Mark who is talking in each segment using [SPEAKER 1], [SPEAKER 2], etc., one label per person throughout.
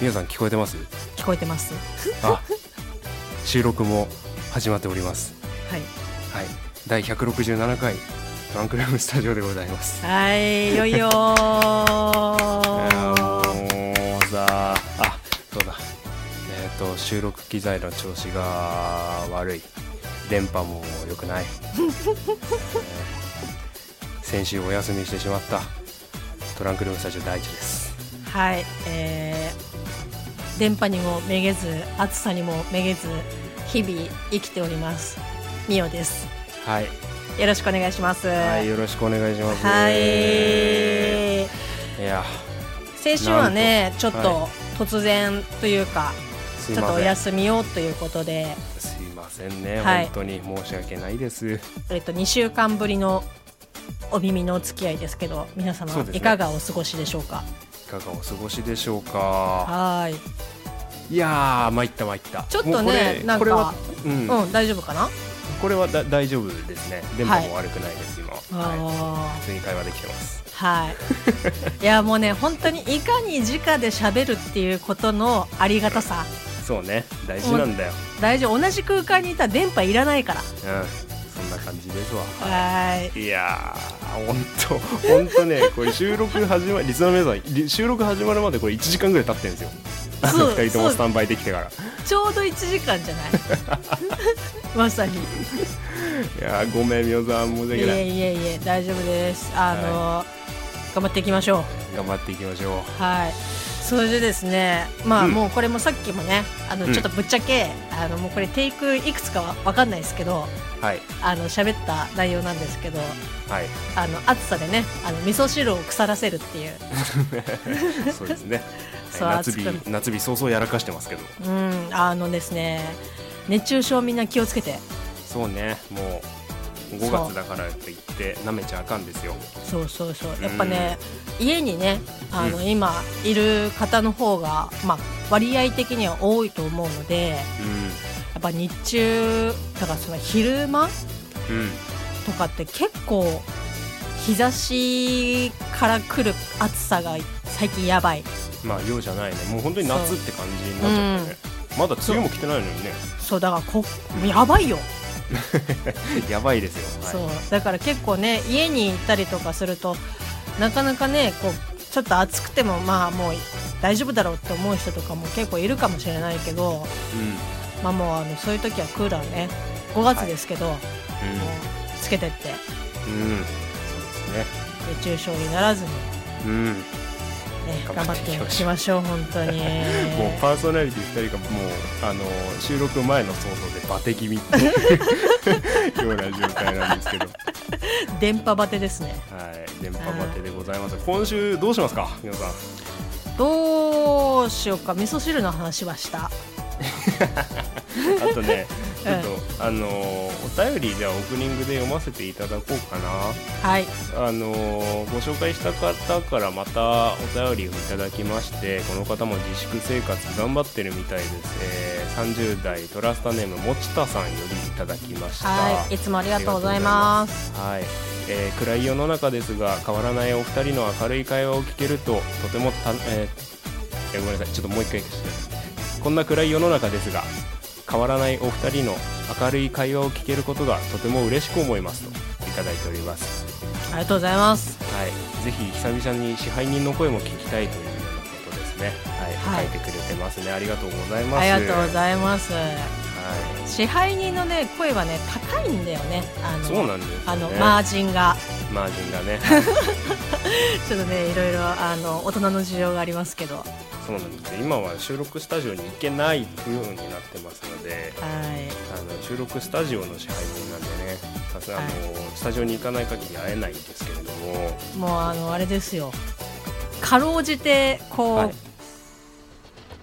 [SPEAKER 1] 皆さん聞こえてます
[SPEAKER 2] 聞こえてます。
[SPEAKER 1] あ収録も始まっております
[SPEAKER 2] はい。
[SPEAKER 1] はい第167回トランクルームスタジオでございます
[SPEAKER 2] はい、いよいよ
[SPEAKER 1] いや
[SPEAKER 2] ー。
[SPEAKER 1] ーもうさあそうだえっ、と収録機材の調子が悪い電波も良くない、えー先週お休みしてしまったトランクルームスタジオ第一です
[SPEAKER 2] はい、えー、電波にもめげず、暑さにもめげず、日々生きております。みおです。
[SPEAKER 1] はい、
[SPEAKER 2] よろしくお願いします。
[SPEAKER 1] はい、よろしくお願いします
[SPEAKER 2] はい
[SPEAKER 1] いや
[SPEAKER 2] 先週はね、ちょっ
[SPEAKER 1] は
[SPEAKER 2] と突然というか、
[SPEAKER 1] す
[SPEAKER 2] ち
[SPEAKER 1] い
[SPEAKER 2] ょっ
[SPEAKER 1] ま
[SPEAKER 2] とお
[SPEAKER 1] せん
[SPEAKER 2] 休みをということで、
[SPEAKER 1] すいませんね、
[SPEAKER 2] はい
[SPEAKER 1] 本当に申し訳ないです
[SPEAKER 2] えっと、2週間ぶりのお耳のお付き合いですけど、皆様
[SPEAKER 1] そうですね
[SPEAKER 2] いかがお過ごしでしょうか。
[SPEAKER 1] いかがお過ごしでしょうか
[SPEAKER 2] はい。
[SPEAKER 1] いやー参った参った
[SPEAKER 2] ちょっ
[SPEAKER 1] も
[SPEAKER 2] とね
[SPEAKER 1] うこれ
[SPEAKER 2] なんか
[SPEAKER 1] これは、うん
[SPEAKER 2] うん、大丈夫かな。
[SPEAKER 1] これはだ大丈夫ですね電波も悪くないです、今、はい、
[SPEAKER 2] あ
[SPEAKER 1] 普通に会話できてます
[SPEAKER 2] ーはい。いや、もうね、本当にいかに直で喋るっていうことのありがたさ。
[SPEAKER 1] そうね大事なんだよ
[SPEAKER 2] 大丈夫、同じ空間にいたら電波いらないから。
[SPEAKER 1] うんそんな感じですわ
[SPEAKER 2] はい。
[SPEAKER 1] いやー本当本当ねこれ収録始まりリスナーの皆さんり収録始まるまでこれ1時間ぐらい経ってるんですよあ
[SPEAKER 2] そ
[SPEAKER 1] の
[SPEAKER 2] う
[SPEAKER 1] 2人とも
[SPEAKER 2] そう
[SPEAKER 1] スタンバイできてから
[SPEAKER 2] ちょうど一時間じ ゃない。まさに。い
[SPEAKER 1] いやーごめんみおさん申し
[SPEAKER 2] え
[SPEAKER 1] 訳
[SPEAKER 2] い
[SPEAKER 1] ない
[SPEAKER 2] えいえ、大丈夫です。あの、頑張っていきましょう。
[SPEAKER 1] 頑張っていきましょ
[SPEAKER 2] はい。それでですね、まあ、
[SPEAKER 1] うん
[SPEAKER 2] もうこれもさっきもね、あの、
[SPEAKER 1] うん
[SPEAKER 2] ちょっとぶっちゃけ、あの、もうこれテイクいくつかはわかんないですけど。
[SPEAKER 1] うはい
[SPEAKER 2] あの、喋った内容なんですけど、
[SPEAKER 1] はい
[SPEAKER 2] あの暑さでねあの味噌汁を腐らせるっていう、
[SPEAKER 1] そうですね
[SPEAKER 2] そう
[SPEAKER 1] はい夏
[SPEAKER 2] 暑く
[SPEAKER 1] 日夏日そうそうやらかしてますけど
[SPEAKER 2] うん、あのですね熱中症みんな気をつけて
[SPEAKER 1] そうねもう
[SPEAKER 2] そう
[SPEAKER 1] 5月だからといってなめちゃあかんですよ
[SPEAKER 2] そうそうそうやっぱね、家にねあの、今いる方の方が、まあ、割合的には多いと思うので
[SPEAKER 1] う
[SPEAKER 2] やっぱ日中だからその昼
[SPEAKER 1] ん
[SPEAKER 2] 間
[SPEAKER 1] うん
[SPEAKER 2] とかって結構日差しから来る暑さが最近やばい
[SPEAKER 1] まあようじゃないねもう本当に夏って感じになっちゃったね、まだ梅雨も来てないのにね
[SPEAKER 2] そうだからこやばいよ
[SPEAKER 1] やばいですよ、はい、
[SPEAKER 2] そうだから結構ね家に行ったりとかするとなかなかねこうちょっと暑くてもまあもう大丈夫だろうって思う人とかも結構いるかもしれないけ
[SPEAKER 1] う
[SPEAKER 2] ど、まあ、もうあのそういう時はクーラーね5月ですけど、もうんつけてって
[SPEAKER 1] うん、うん、そうですね
[SPEAKER 2] 熱中症にならずに、ね、
[SPEAKER 1] うん、
[SPEAKER 2] 頑
[SPEAKER 1] 頑
[SPEAKER 2] 張
[SPEAKER 1] 張
[SPEAKER 2] っ
[SPEAKER 1] ってて
[SPEAKER 2] い
[SPEAKER 1] いきましょう
[SPEAKER 2] きましょう本当 に
[SPEAKER 1] もうパーソナリティ2人がもうあの収録前の想像でバテ気味っていうような状態なんですけど、
[SPEAKER 2] 電波バテですね
[SPEAKER 1] はい、電波バテでございます今週どうしますか皆さん
[SPEAKER 2] どうしようか味噌汁の話はした、
[SPEAKER 1] あとね ちょっと、あのーお便りじゃあオープニングで読ませていただこうか
[SPEAKER 2] はい
[SPEAKER 1] な。あのーご紹介した方からまたお便りをいただきまして、この方も自粛生活頑張ってるみたいです。えー30代トラスタネームもちたさんよりいただきました。
[SPEAKER 2] はいいつもありがとうございます
[SPEAKER 1] はいえー暗い世の中ですが変わらないお二人の明るい会話を聞けるととてもた、えーえーごめんなさいちょっともう一回してこんな暗い世の中ですが変わらないお二人の明るい会話を聞けることがとても嬉しく思いますといただいております、
[SPEAKER 2] ありがとうございます
[SPEAKER 1] はい、ぜひ久々に支配人の声も聞きたいというようなことですね、
[SPEAKER 2] は
[SPEAKER 1] はいい、書いてくれてますねありがとうございます
[SPEAKER 2] ありがとうご
[SPEAKER 1] は
[SPEAKER 2] ざいます支配人のね声はね高いんだよねあの
[SPEAKER 1] い、そうなんですよね
[SPEAKER 2] あのマージンが
[SPEAKER 1] マージンがね
[SPEAKER 2] ちょっとねいろいろあの大人の事情がありますけどは
[SPEAKER 1] そうなんですよ今は収録スタジオに行けないようになってますので
[SPEAKER 2] い
[SPEAKER 1] あの収録スタジオの支配人なんでねさすがあ
[SPEAKER 2] はい
[SPEAKER 1] の、スタジオに行かない限り会えないんですけれども
[SPEAKER 2] もうあのあれですよかろうじてこう、
[SPEAKER 1] はい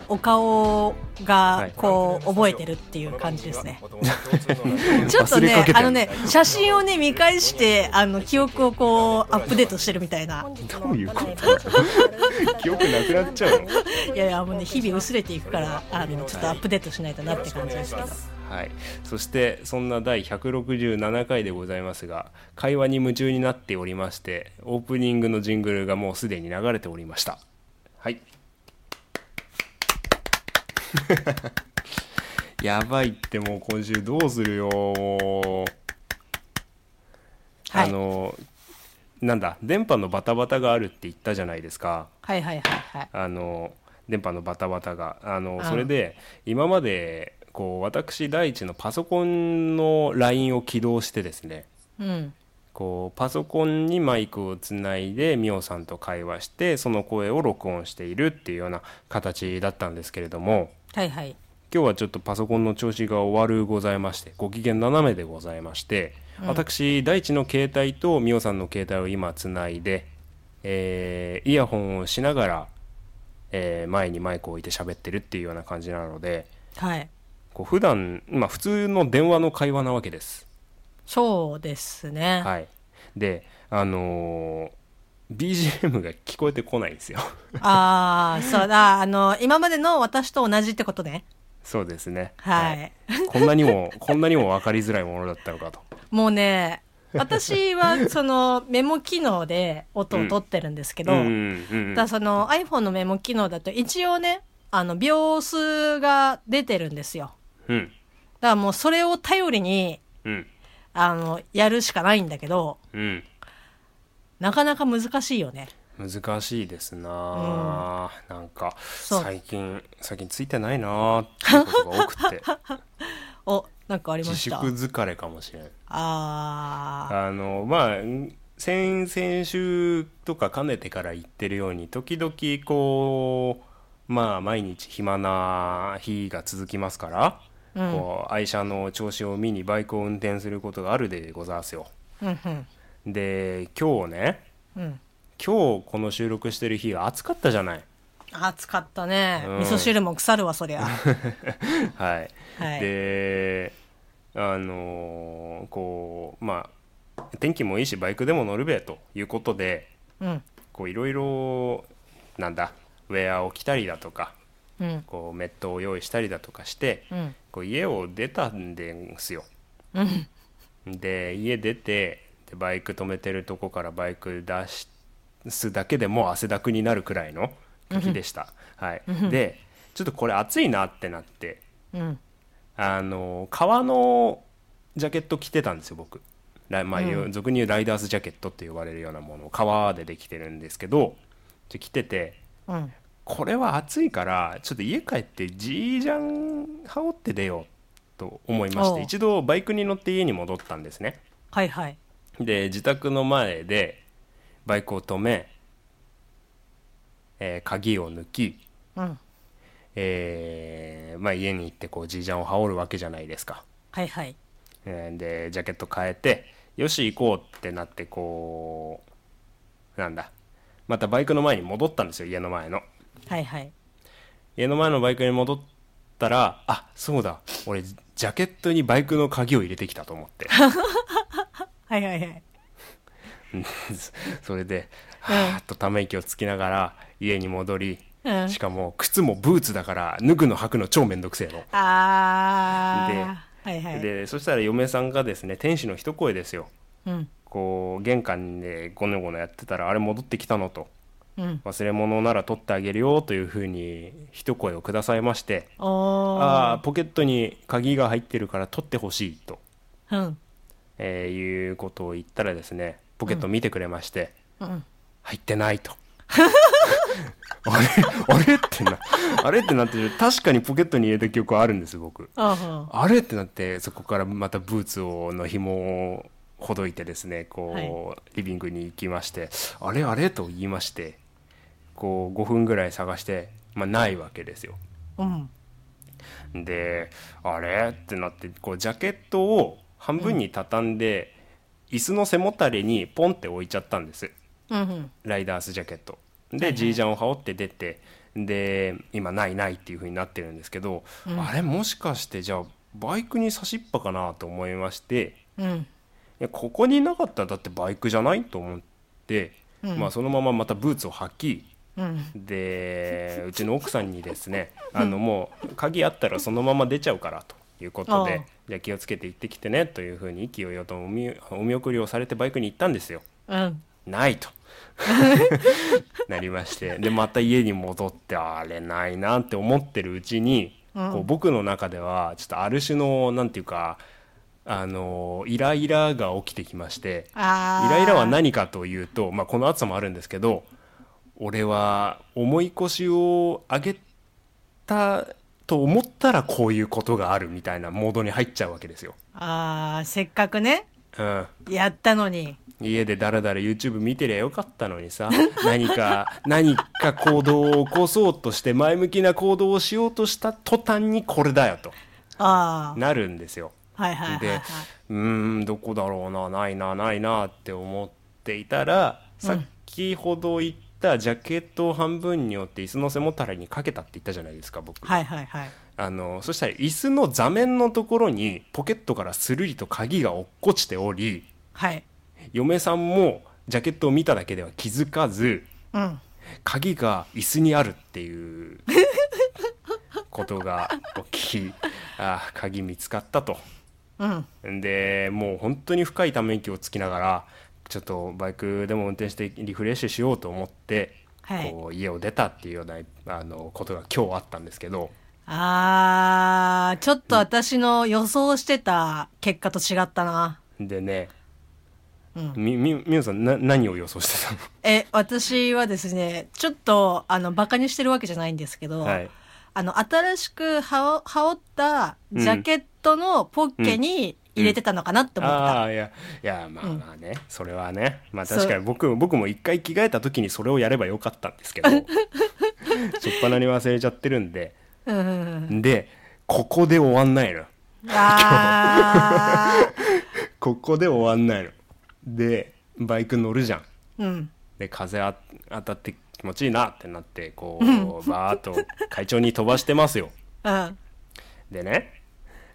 [SPEAKER 2] お顔
[SPEAKER 1] は
[SPEAKER 2] が
[SPEAKER 1] い
[SPEAKER 2] こう覚えてるっていう感じですね。 ち
[SPEAKER 1] ち
[SPEAKER 2] ょっとね、あのね、写真をね、見返して、あの、記憶をこう、アップデートしてるみたいな。
[SPEAKER 1] どういうこと 記憶なくなっちゃうの
[SPEAKER 2] いやいや、もうね、日々薄れていくから、あの、ちょっとアップデートしないとなって感じですけど。
[SPEAKER 1] はい、そしてそんな第167回でございますが会話に夢中になっておりましてオープニングのジングルがもうすでに流れておりましたはい やばいってもう今週どうするよもう
[SPEAKER 2] はい
[SPEAKER 1] あのなんだ電波のバタバタがあるって言ったじゃないですか
[SPEAKER 2] はいはいはいはい
[SPEAKER 1] あの電波のバタバタがあの
[SPEAKER 2] うん
[SPEAKER 1] それで今までこう私第一のパソコンの LINE を起動してですね
[SPEAKER 2] うん
[SPEAKER 1] こうパソコンにマイクをつないでミオさんと会話してその声を録音しているっていうような形だったんですけれども
[SPEAKER 2] はいはい
[SPEAKER 1] 今日はちょっとパソコンの調子が終わるございましてご機嫌斜めでございまして、私大地の携帯とミオさんの携帯を今つないで、えーイヤホンをしながら、えー前にマイクを置いて喋ってるっていうような感じなので
[SPEAKER 2] はい
[SPEAKER 1] こう普段まあ普通の電話の会話なわけです。
[SPEAKER 2] そうですね、
[SPEAKER 1] はい、であのー BGM が聞こえてこないんですよ
[SPEAKER 2] ああそうだあの今までの私と同じってことね
[SPEAKER 1] そうですね
[SPEAKER 2] はい、
[SPEAKER 1] こんなにもこんなにも分かりづらいものだったのかと
[SPEAKER 2] もうね私はそのメモ機能で音を取ってるんです けど、
[SPEAKER 1] うんうんうん
[SPEAKER 2] ただその iPhone のメモ機能だと一応ねあの秒数が出てるんですよ
[SPEAKER 1] うん
[SPEAKER 2] だからもうそれを頼りに
[SPEAKER 1] うん
[SPEAKER 2] あのやるしかないんだけど
[SPEAKER 1] うん
[SPEAKER 2] なかなか難しいよね
[SPEAKER 1] 難しいですな、あなんか
[SPEAKER 2] う
[SPEAKER 1] 最近最近ついてない なあっていうことが多くて
[SPEAKER 2] おなんかありま
[SPEAKER 1] 自
[SPEAKER 2] し
[SPEAKER 1] 粛
[SPEAKER 2] た
[SPEAKER 1] 疲れかもしれない
[SPEAKER 2] あ
[SPEAKER 1] あのまあ先々週とか兼ねてから言ってるように時々こうまあ毎日暇な日が続きますから、
[SPEAKER 2] うん
[SPEAKER 1] こう愛車の調子を見にバイクを運転することがあるでございますよ。
[SPEAKER 2] ーうんうん
[SPEAKER 1] で今日ね
[SPEAKER 2] うん
[SPEAKER 1] 今日この収録してる日が暑かったじゃない。
[SPEAKER 2] 暑かったね、
[SPEAKER 1] うん
[SPEAKER 2] 味噌汁も腐るわそりゃ
[SPEAKER 1] はい、
[SPEAKER 2] はい
[SPEAKER 1] であのーこうまあ天気もいいしバイクでも乗るべということで
[SPEAKER 2] うん
[SPEAKER 1] こういろいろなんだウェアを着たりだとか
[SPEAKER 2] うん
[SPEAKER 1] こうメットを用意したりだとかして
[SPEAKER 2] うん
[SPEAKER 1] こう家を出たんですよ。
[SPEAKER 2] うん
[SPEAKER 1] で家出てでバイク止めてるとこからバイク出すだけでもう汗だくになるくらいの時でした。はい、でちょっとこれ暑いなってなって
[SPEAKER 2] うん
[SPEAKER 1] あの革のジャケット着てたんですよ僕。ラまあ、言う俗に言うライダースジャケットって呼ばれるようなものを革でできてるんですけどちょ着てて
[SPEAKER 2] うん
[SPEAKER 1] これは暑いからちょっと家帰ってジージャン羽織って出ようと思いまし
[SPEAKER 2] おう
[SPEAKER 1] て一度バイクに乗って家に戻ったんですね
[SPEAKER 2] はいはい
[SPEAKER 1] で自宅の前でバイクを止め、えー鍵を抜き、
[SPEAKER 2] うん
[SPEAKER 1] えーまあ、家に行ってこうジージャンを羽織るわけじゃないですか、
[SPEAKER 2] はいはい
[SPEAKER 1] えーでジャケット変えてよし行こうってなってこうなんだまたバイクの前に戻ったんですよ家の前の
[SPEAKER 2] はいはい
[SPEAKER 1] 家の前のバイクに戻ったらあそうだ俺ジャケットにバイクの鍵を入れてきたと思って
[SPEAKER 2] はいはいはい
[SPEAKER 1] それではーっとため息をつきながら家に戻り、
[SPEAKER 2] うん
[SPEAKER 1] しかも靴もブーツだから脱ぐの履くの超めんどくせえの、
[SPEAKER 2] あーはいはい
[SPEAKER 1] でそしたら嫁さんがですね天使の一声ですよ
[SPEAKER 2] うん
[SPEAKER 1] こう玄関でゴネゴネやってたらあれ戻ってきたのと
[SPEAKER 2] うん
[SPEAKER 1] 忘れ物なら取ってあげるよというふうに一声をくださいまして
[SPEAKER 2] お
[SPEAKER 1] ああ
[SPEAKER 2] ー
[SPEAKER 1] ーポケットに鍵が入ってるから取ってほしいと
[SPEAKER 2] うん
[SPEAKER 1] えーいうことを言ったらですねポケット見てくれまして、
[SPEAKER 2] うん
[SPEAKER 1] 入ってないと あれあれってなあれってなって確かにポケットに入れた記憶はあるんです僕
[SPEAKER 2] あ
[SPEAKER 1] あれってなってそこからまたブーツをの紐をほどいてですねこう、
[SPEAKER 2] は
[SPEAKER 1] リビングに行きましてあれあれと言いましてこう5分ぐらい探して、まあ、ないわけですよ
[SPEAKER 2] ーうん
[SPEAKER 1] であれってなってこうジャケットを半分に畳んで、椅子の背もたれにポンって置いちゃったんです
[SPEAKER 2] うんうん
[SPEAKER 1] ライダースジャケットでジージャンを羽織って出てで今ないないっていう風になってるんですけど、あれもしかしてじゃあバイクに差しっぱかなと思いまして
[SPEAKER 2] うん
[SPEAKER 1] いやここになかったらだってバイクじゃないと思って、まあ、そのまままたブーツを履き
[SPEAKER 2] うん
[SPEAKER 1] でうちの奥さんにですねあのもう鍵あったらそのまま出ちゃうからということ
[SPEAKER 2] ああ
[SPEAKER 1] でじゃあ気をつけて行ってきてねというふうに意気揚々とお見お見送りをされてバイクに行ったんですよ。
[SPEAKER 2] うん
[SPEAKER 1] ないとなりましてでまた家に戻ってあれないなって思ってるうちに
[SPEAKER 2] うん
[SPEAKER 1] こう僕の中ではちょっとある種のなんていうかあのイライラが起きてきまして
[SPEAKER 2] あー
[SPEAKER 1] イライラは何かというと、まあ、この暑さもあるんですけど俺は重い腰を上げたと思ったらこういうことがあるみたいなモードに入っちゃうわけですよ。
[SPEAKER 2] あーせっかくね
[SPEAKER 1] うん
[SPEAKER 2] やったのに
[SPEAKER 1] 家でだらだら YouTube 見てりゃよかったのにさ 何か何か行動を起こそうとして前向きな行動をしようとした途端にこれだよと
[SPEAKER 2] あ
[SPEAKER 1] なるんですよ。
[SPEAKER 2] あはいはいはい、はい、
[SPEAKER 1] でうーんどこだろうなないなないなって思っていたらさっきほど言ったジャケットを半分に折って椅子の背もたれにかけたって言ったじゃないですか僕、
[SPEAKER 2] はいはいはい
[SPEAKER 1] あのそしたら椅子の座面のところにポケットからスルリと鍵が落っこちており
[SPEAKER 2] はい
[SPEAKER 1] 嫁さんもジャケットを見ただけでは気づかず
[SPEAKER 2] うん
[SPEAKER 1] 鍵が椅子にあるっていうことが起きあー鍵見つかったと。
[SPEAKER 2] うん
[SPEAKER 1] でもう本当に深いため息をつきながらちょっとバイクでも運転してリフレッシュしようと思って、
[SPEAKER 2] はい
[SPEAKER 1] こう家を出たっていうようなあのことが今日あったんですけど
[SPEAKER 2] あーちょっと私の予想してた結果と違ったな
[SPEAKER 1] でね、
[SPEAKER 2] うん
[SPEAKER 1] みみみゆさんな何を予想してたの
[SPEAKER 2] え私はですねちょっとあのバカにしてるわけじゃないんですけど、
[SPEAKER 1] はい
[SPEAKER 2] あの新しく羽織羽織ったジャケットのポッケに入れてたのかなって思った、
[SPEAKER 1] ああいやいやまあまあね、それはねまあ確かに僕僕も一回着替えた時にそれをやればよかったんですけ どしょっぱなに忘れちゃってるんで
[SPEAKER 2] うんうん
[SPEAKER 1] でここで終わんないの。
[SPEAKER 2] うん、あー
[SPEAKER 1] ここで終わんないの。で、バイク乗るじゃん。
[SPEAKER 2] うん
[SPEAKER 1] で、風あ当たって気持ちいいなってなって、こう、バーっと会長に飛ばしてますよ。
[SPEAKER 2] うん
[SPEAKER 1] でね、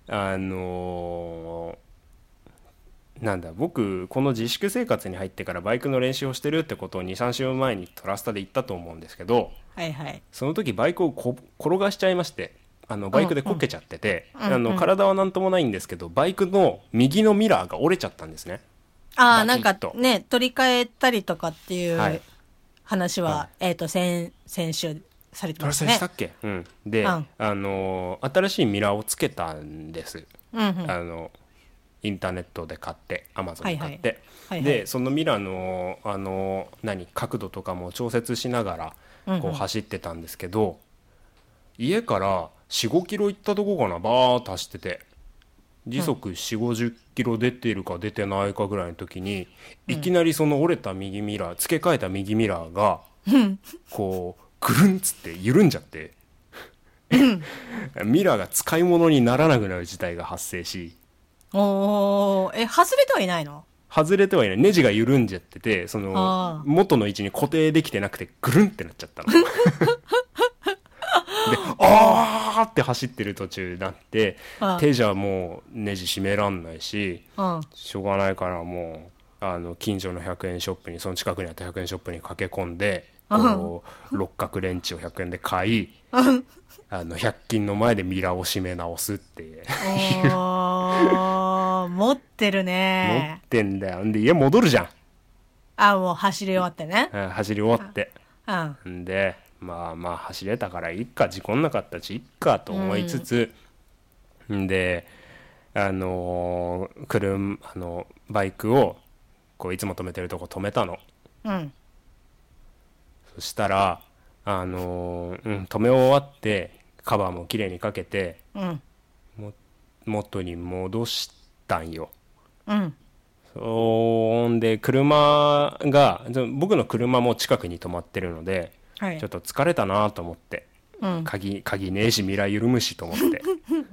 [SPEAKER 1] あのーなんだ僕この自粛生活に入ってからバイクの練習をしてるってことを23週前にトラスタで言ったと思うんですけど
[SPEAKER 2] はいはい
[SPEAKER 1] その時バイクをこ転がしちゃいましてあのバイクでこけちゃってて、
[SPEAKER 2] うんうん
[SPEAKER 1] あ
[SPEAKER 2] うんう
[SPEAKER 1] の
[SPEAKER 2] ん
[SPEAKER 1] 体は何ともないんですけどバイクの右のミラーが折れちゃったんですね。
[SPEAKER 2] ああ
[SPEAKER 1] バ
[SPEAKER 2] な
[SPEAKER 1] キ
[SPEAKER 2] ん
[SPEAKER 1] ッ
[SPEAKER 2] か
[SPEAKER 1] と
[SPEAKER 2] ね取り替えたりとかってい
[SPEAKER 1] はいう
[SPEAKER 2] 話は、
[SPEAKER 1] は
[SPEAKER 2] えっ、と先先週されて
[SPEAKER 1] ト
[SPEAKER 2] ま
[SPEAKER 1] ラ
[SPEAKER 2] す
[SPEAKER 1] ス
[SPEAKER 2] ね
[SPEAKER 1] したっけ、うん、で、
[SPEAKER 2] うん
[SPEAKER 1] あのー新しいミラーをつけたんです、
[SPEAKER 2] うんうん
[SPEAKER 1] あのインターネットで買ってアマゾンで買っ
[SPEAKER 2] は
[SPEAKER 1] て、
[SPEAKER 2] はいはい
[SPEAKER 1] でそのミラーのあのー何角度とかも調節しなが
[SPEAKER 2] うんう
[SPEAKER 1] ら
[SPEAKER 2] ん
[SPEAKER 1] こう走ってたんですけど、家から4 5キロ行ったとこかなバーッと走ってて時速4 5 0キロ出てるか出てないかぐらいの時にいきなりその折れた右ミラー付け替えた右ミラーがこうぐるんっつって緩んじゃって ミラーが使い物にならなくなる事態が発生し
[SPEAKER 2] おーえ外れてはいないの
[SPEAKER 1] 外れてはいないネジが緩んじゃっててそ
[SPEAKER 2] あ
[SPEAKER 1] の
[SPEAKER 2] ー
[SPEAKER 1] 元の位置に固定できてなくてぐるんってなっちゃ ったの。であーって走ってる途中になって
[SPEAKER 2] あー
[SPEAKER 1] 手じゃもうネジ締めらんないし
[SPEAKER 2] うん
[SPEAKER 1] しょうがないからもうあの近所の100円ショップにその近くにあった100円ショップに駆け込んでこう六角レンチを100円で買いあの100均の前でミラーを締め直すっていう
[SPEAKER 2] おー持ってる
[SPEAKER 1] 持っ
[SPEAKER 2] ね
[SPEAKER 1] てんだよんで家戻るじゃん
[SPEAKER 2] あもう走り終わってね
[SPEAKER 1] うん走り終わって
[SPEAKER 2] うん
[SPEAKER 1] んでまあまあ走れたからいっか事故んなかったしいっかと思いつつ、ん、であのー車あのバイクをこういつも止めてるとこ止めたの
[SPEAKER 2] うん
[SPEAKER 1] そしたら、あのーうん、止め終わって、カバーも綺麗にかけて、
[SPEAKER 2] うん
[SPEAKER 1] も元に戻したんよ。
[SPEAKER 2] うん
[SPEAKER 1] そんで、車が、そ僕の車も近くに止まってるので、
[SPEAKER 2] はい
[SPEAKER 1] ちょっと疲れたなと思って、
[SPEAKER 2] うん
[SPEAKER 1] 鍵、鍵ねえし、未来緩むしと思って。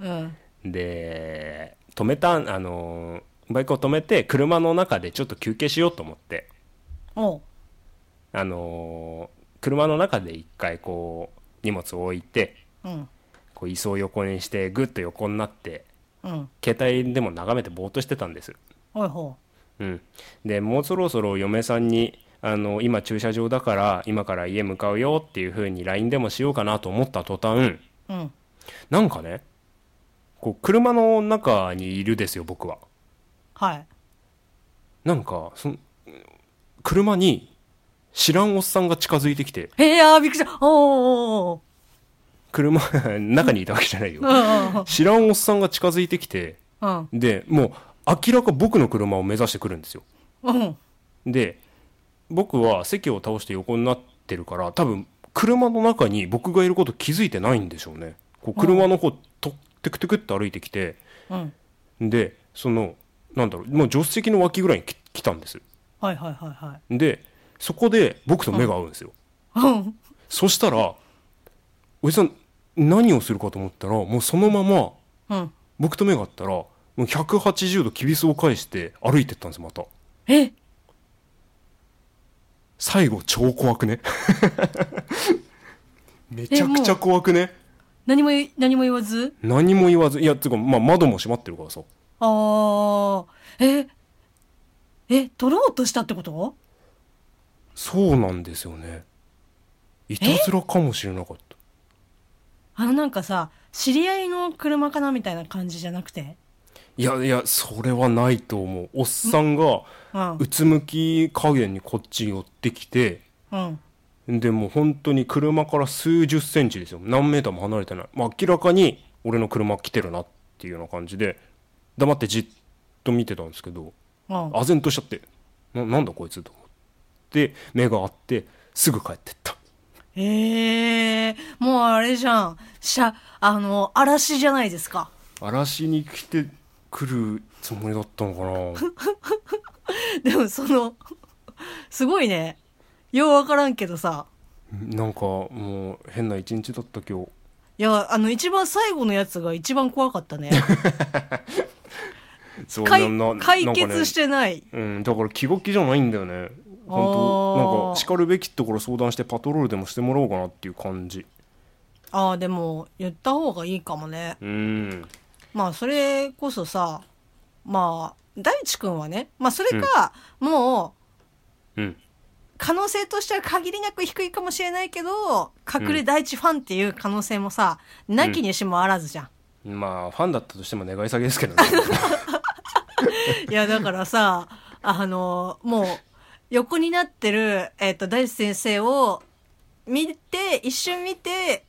[SPEAKER 2] うん
[SPEAKER 1] で、止めた、あのーバイクを止めて、車の中でちょっと休憩しようと思って、
[SPEAKER 2] おう
[SPEAKER 1] あのー車の中で一回こう、荷物を置いて、
[SPEAKER 2] うん
[SPEAKER 1] こう椅子を横にしてぐっと横になって
[SPEAKER 2] うん
[SPEAKER 1] 携帯でも眺めてぼーっとしてたんです、
[SPEAKER 2] おいほ
[SPEAKER 1] うん、でもうそろそろ嫁さんにあの今駐車場だから今から家向かうよっていう風に LINE でもしようかなと思った途端
[SPEAKER 2] ううん
[SPEAKER 1] なんかねこう車の中にいるですよ僕は
[SPEAKER 2] はい
[SPEAKER 1] なんかその車に知らんおっさんが近づいてきて
[SPEAKER 2] えー、あーびっくりしたおーおーおー
[SPEAKER 1] 車 中にいたわけじゃないよ
[SPEAKER 2] うんうんうん
[SPEAKER 1] 知らんおっさんが近づいてきて
[SPEAKER 2] うん
[SPEAKER 1] でもう明らか僕の車を目指してくるんですよ
[SPEAKER 2] うん
[SPEAKER 1] で僕は席を倒して横になってるから多分車の中に僕がいること気づいてないんでしょうねこう車の方とテクテクって歩いてきて
[SPEAKER 2] うん
[SPEAKER 1] でそのなんだろうもう助手席の脇ぐらいにき来たんです
[SPEAKER 2] はいはいはいはい
[SPEAKER 1] でそこで僕と目が合うんですよ、
[SPEAKER 2] うん
[SPEAKER 1] そしたらおじさん何をするかと思ったらもうそのまま
[SPEAKER 2] うん
[SPEAKER 1] 僕と目が合ったらもう180度きびすを返して歩いてったんですまた
[SPEAKER 2] え
[SPEAKER 1] 最後超怖 くねめちゃくちゃ怖くね
[SPEAKER 2] 何も言い何も言わず
[SPEAKER 1] 何も言わずいやつうか、まあ、窓も閉まってるからさ
[SPEAKER 2] ああええ取ろうとしたってこと
[SPEAKER 1] そうなんですよねいたずらかもしれなかった
[SPEAKER 2] あのなんかさ知り合いの車かなみたいな感じじゃなくて
[SPEAKER 1] いやいやそれはないと思うおっさんが
[SPEAKER 2] うん
[SPEAKER 1] うつむき加減にこっち寄ってきて
[SPEAKER 2] うん
[SPEAKER 1] でもう本当に車から数十センチですよ何メーターも離れてない、まあ、明らかに俺の車来てるなっていうような感じで黙ってじっと見てたんですけど
[SPEAKER 2] うん
[SPEAKER 1] 唖然としちゃってななんだこいつと思って目が合ってすぐ帰ってった
[SPEAKER 2] ええもうあれじゃん。しゃ、あの、嵐じゃないですか。
[SPEAKER 1] 嵐に来てくるつもりだったのかな
[SPEAKER 2] でもその、 すごいね。ようわからんけどさ。
[SPEAKER 1] なんかもう変な一日だった今日
[SPEAKER 2] いや、あの、一番最後のやつが一番怖か ったね。
[SPEAKER 1] そう
[SPEAKER 2] 解
[SPEAKER 1] なな
[SPEAKER 2] 解
[SPEAKER 1] なんかね
[SPEAKER 2] 決してない。
[SPEAKER 1] うん、だから気が気じゃないんだよね本
[SPEAKER 2] あ
[SPEAKER 1] 当
[SPEAKER 2] ー
[SPEAKER 1] なんかしかるべきところ相談してパトロールでもしてもらおうかなっていう感じ
[SPEAKER 2] ああ、でも、言った方がいいかもね。
[SPEAKER 1] うん
[SPEAKER 2] まあ、それこそさ、まあ、大地くんはね、まあ、それか、もう、
[SPEAKER 1] うん
[SPEAKER 2] 可能性としては限りなく低いかもしれないけど、隠れ大地ファンっていう可能性もさ、なきにしもあらずじゃん。
[SPEAKER 1] まあファンだったとしても願い下げですけどね
[SPEAKER 2] いや、だか らさ、あの、もう、横になってる、えっ、と、大地先生を見て、一瞬見て、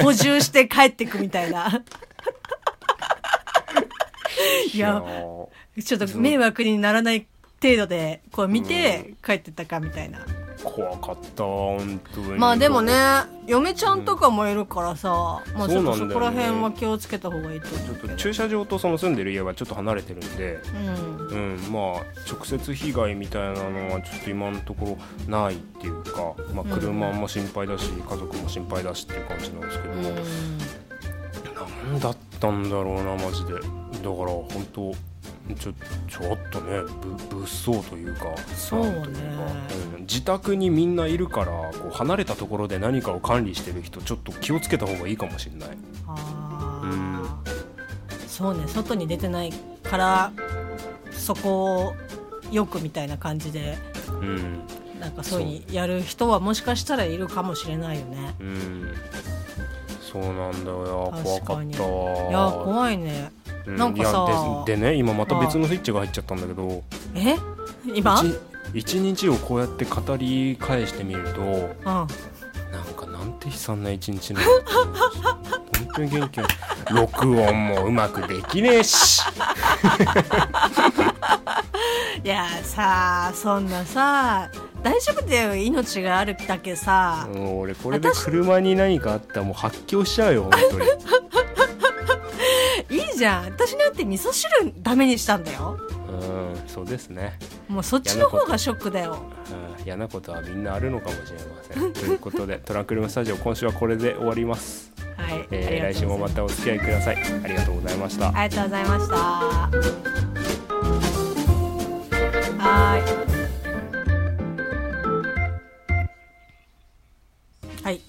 [SPEAKER 2] 補充して帰ってくみたいな。 いや
[SPEAKER 1] ー
[SPEAKER 2] ちょっと迷惑にならない程度で、こう見て、帰ってったかみたいな。
[SPEAKER 1] 怖かった本当に
[SPEAKER 2] まあでもね、嫁ちゃんとかもいるからさ、まあ
[SPEAKER 1] そ
[SPEAKER 2] ちょっとそう
[SPEAKER 1] なんだよね
[SPEAKER 2] こら辺は気をつけた方がいいと
[SPEAKER 1] ち
[SPEAKER 2] 思
[SPEAKER 1] ょ
[SPEAKER 2] う
[SPEAKER 1] っ
[SPEAKER 2] け
[SPEAKER 1] と
[SPEAKER 2] ど。
[SPEAKER 1] 駐車場とその住んでる家はちょっと離れてるんで、
[SPEAKER 2] うん。
[SPEAKER 1] うん、まあ直接被害みたいなのはちょっと今のところないっていうか、まあ、車も心配だし、家族も心配だしっていう感じなんですけど、
[SPEAKER 2] うん
[SPEAKER 1] なんだったんだろうなマジでだから本当ちょちょっとねぶ物騒というか
[SPEAKER 2] そうね
[SPEAKER 1] なんというかうん自宅にみんないるからこう離れたところで何かを管理してる人ちょっと気をつけた方がいいかもしれない
[SPEAKER 2] あーそうね外に出てないからそこをよくみたいな感じで
[SPEAKER 1] うん
[SPEAKER 2] なんかそういうふうにやる人はもしかしたらいるかもしれないよね
[SPEAKER 1] うんそうなんだよいや怖
[SPEAKER 2] 確
[SPEAKER 1] か
[SPEAKER 2] か
[SPEAKER 1] っ
[SPEAKER 2] に
[SPEAKER 1] た
[SPEAKER 2] い
[SPEAKER 1] わ
[SPEAKER 2] や怖いね
[SPEAKER 1] うん
[SPEAKER 2] なんかさ
[SPEAKER 1] いやででね今また別のスイッチが入っちゃったんだけど
[SPEAKER 2] え今うん
[SPEAKER 1] 一一日をこうやって語り返してみると
[SPEAKER 2] あ
[SPEAKER 1] なんかなんて悲惨な一日なんだと思いました本当に元気ない録音もうまくできねえし
[SPEAKER 2] いやさそんなさ大丈夫だよ命があるだけさ、
[SPEAKER 1] もう俺これで車に何かあったらもう発狂しちゃうよ本当に
[SPEAKER 2] いいじゃん私なんて味噌汁ダメにしたんだよ
[SPEAKER 1] うんそうですね
[SPEAKER 2] もうそっちの方がショックだよ
[SPEAKER 1] うん嫌なことはみんなあるのかもしれませんということでトランクルームスタジオ今週はこれで終わります、
[SPEAKER 2] はい、
[SPEAKER 1] えー
[SPEAKER 2] あり
[SPEAKER 1] 来
[SPEAKER 2] がと
[SPEAKER 1] 週も
[SPEAKER 2] うござい
[SPEAKER 1] またお付き合いくださいありがとうございました
[SPEAKER 2] ありがとうございました。はーい。はい。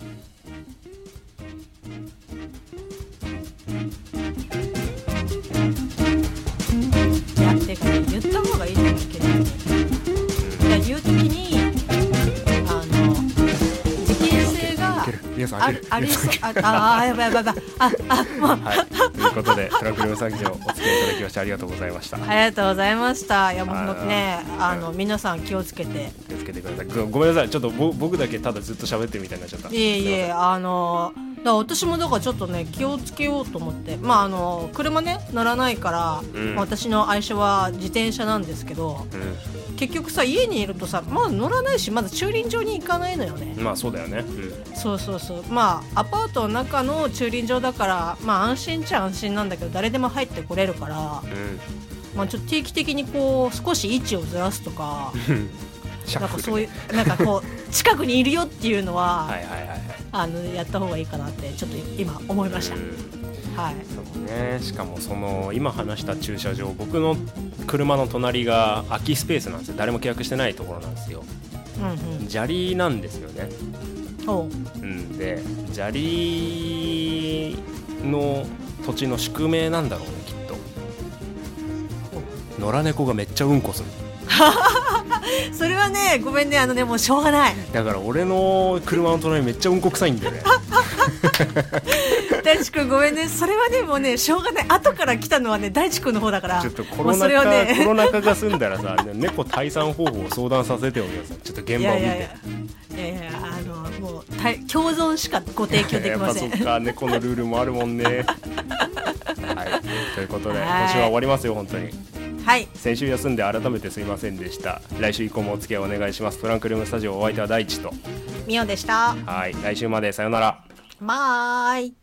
[SPEAKER 2] いやってか言った方がいいと思うけどね。いや言うときにあの事件性が
[SPEAKER 1] いける皆さん
[SPEAKER 2] あ
[SPEAKER 1] 開ける
[SPEAKER 2] ありそうあああやばいやばいやばいああもう。
[SPEAKER 1] はい、ということでトランクルームスタジオお付き合いいただきましてありがとうございました
[SPEAKER 2] ありがとうございました。いやもう
[SPEAKER 1] あー
[SPEAKER 2] 本当ね、あの
[SPEAKER 1] う
[SPEAKER 2] 皆さん気をつけて。
[SPEAKER 1] 気をつけてくださいごごめんなさいちょっとぼ僕だけただずっと喋ってるみたいになっちゃった
[SPEAKER 2] いえい
[SPEAKER 1] すません
[SPEAKER 2] え、あのから私もだからちょっとね気をつけようと思ってまああの車ね乗らないから、
[SPEAKER 1] うん
[SPEAKER 2] 私の愛車は自転車なんですけど
[SPEAKER 1] う
[SPEAKER 2] 結局さ家にいるとさまだ乗らないしまだ駐輪場に行かないのよね
[SPEAKER 1] ん、まあそうだよね、
[SPEAKER 2] そうそうそうまあアパートの中の駐輪場だからまあ安心っちゃ安心なんだけど誰でも入ってこれるから、
[SPEAKER 1] う
[SPEAKER 2] まあ、ちょっと定期的にこう少し位置をずらすとか
[SPEAKER 1] んうん、 シャ
[SPEAKER 2] なん
[SPEAKER 1] ッフ
[SPEAKER 2] か
[SPEAKER 1] ル
[SPEAKER 2] そういうなんかこ う近くにいるよっていうのは、
[SPEAKER 1] はいはいはいはい
[SPEAKER 2] あのやった方がいいかなってちょっと今思いました
[SPEAKER 1] う。ん
[SPEAKER 2] はい
[SPEAKER 1] そうねしかもその今話した駐車場僕の車の隣が空きスペースなんですよ誰も契約してないところなんですよ
[SPEAKER 2] うん
[SPEAKER 1] 砂利なんですよね、
[SPEAKER 2] うん、お
[SPEAKER 1] う
[SPEAKER 2] う
[SPEAKER 1] ん、で砂利の土地の宿命なんだろうねきっと野良猫がめっちゃうんこする
[SPEAKER 2] それはねごめんねあのねもうしょうがない
[SPEAKER 1] だから俺の車の隣めっちゃうんこ臭いんだよ ね
[SPEAKER 2] 大地君ごめんねそれはねもうねしょうがない後から来たのはね大地君の方だから
[SPEAKER 1] ちょっとコ
[SPEAKER 2] もう
[SPEAKER 1] ロ
[SPEAKER 2] そ
[SPEAKER 1] ナ
[SPEAKER 2] れは
[SPEAKER 1] 禍、
[SPEAKER 2] ね
[SPEAKER 1] コロナ禍が済んだらさ猫退散方法を相談させておりますちょっと現場を見て。
[SPEAKER 2] いやいやいやいやいやあのもうた共存しかご提供できませ ん
[SPEAKER 1] やっぱそっか猫のルールもあるも んねはいということで
[SPEAKER 2] はい
[SPEAKER 1] 今週は終わりますよ本当に
[SPEAKER 2] はい
[SPEAKER 1] 先週休んで改めてすいませんでした来週以降もお付き合いお願いしますトランクルームスタジオお相手は大地と
[SPEAKER 2] みおでした
[SPEAKER 1] はい来週までさようなら
[SPEAKER 2] バイ